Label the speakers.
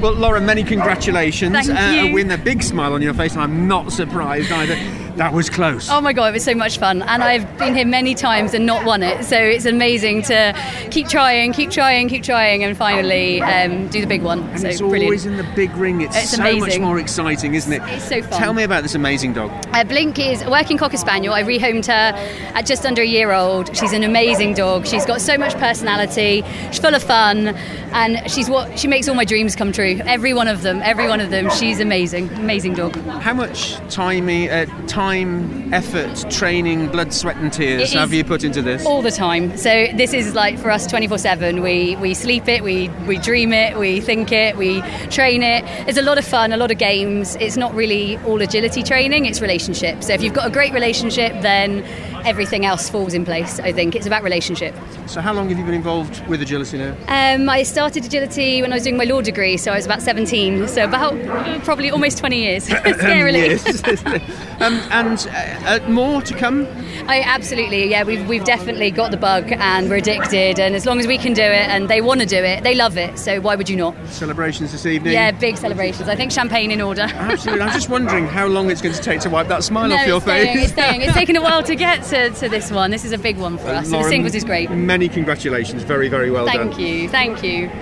Speaker 1: Well, Laura, many congratulations.
Speaker 2: Thank
Speaker 1: Uh,
Speaker 2: you.
Speaker 1: with a big smile on your face, and I'm not surprised either. That was close.
Speaker 2: Oh my god, it was so much fun, and I've been here many times and not won it, so it's amazing to keep trying, keep trying, keep trying, and finally um, do the big one.
Speaker 1: and
Speaker 2: so
Speaker 1: it's
Speaker 2: brilliant.
Speaker 1: always in the big ring. It's,
Speaker 2: It's
Speaker 1: so much
Speaker 2: amazing.
Speaker 1: more exciting, isn't it?
Speaker 2: It's so fun.
Speaker 1: Tell me about this amazing dog.
Speaker 2: Uh, Blink is a working cocker spaniel. I rehomed her at just under a year old. She's an amazing dog. She's got so much personality. She's full of fun, and she's what she makes all my dreams come true. Every one of them. Every one of them. She's amazing. Amazing dog.
Speaker 1: How much time, uh, time, effort, training, blood, sweat, and tears
Speaker 2: It
Speaker 1: have
Speaker 2: is
Speaker 1: you put into this?
Speaker 2: All the time. So this is like for us 24/7. We we sleep it, we we dream it, we think it, we train it. It's a lot of fun, a lot of games. It's not really all agility training, it's relationships. So if you've got a great relationship, then everything else falls in place. I think it's about relationship.
Speaker 1: So, how long have you been involved with agility now?
Speaker 2: Um, I started agility when I was doing my law degree, so I was about 17. So about probably almost 20 years. Scarily.
Speaker 1: Yes. um, and uh, uh, more to come.
Speaker 2: I absolutely, yeah, we've, we've definitely got the bug and we're addicted. And as long as we can do it and they want to do it, they love it. So why would you not?
Speaker 1: Celebrations this evening.
Speaker 2: Yeah, big celebrations. I think champagne in order.
Speaker 1: Absolutely. I'm just wondering how long it's going to take to wipe that smile
Speaker 2: No,
Speaker 1: off your
Speaker 2: it's staying,
Speaker 1: face.
Speaker 2: it's staying. It's taken a while to get to, to this one. This is a big one for us. and the
Speaker 1: Lauren,
Speaker 2: singles is great.
Speaker 1: Many congratulations. Very, very well done.
Speaker 2: Thank you. Thank you.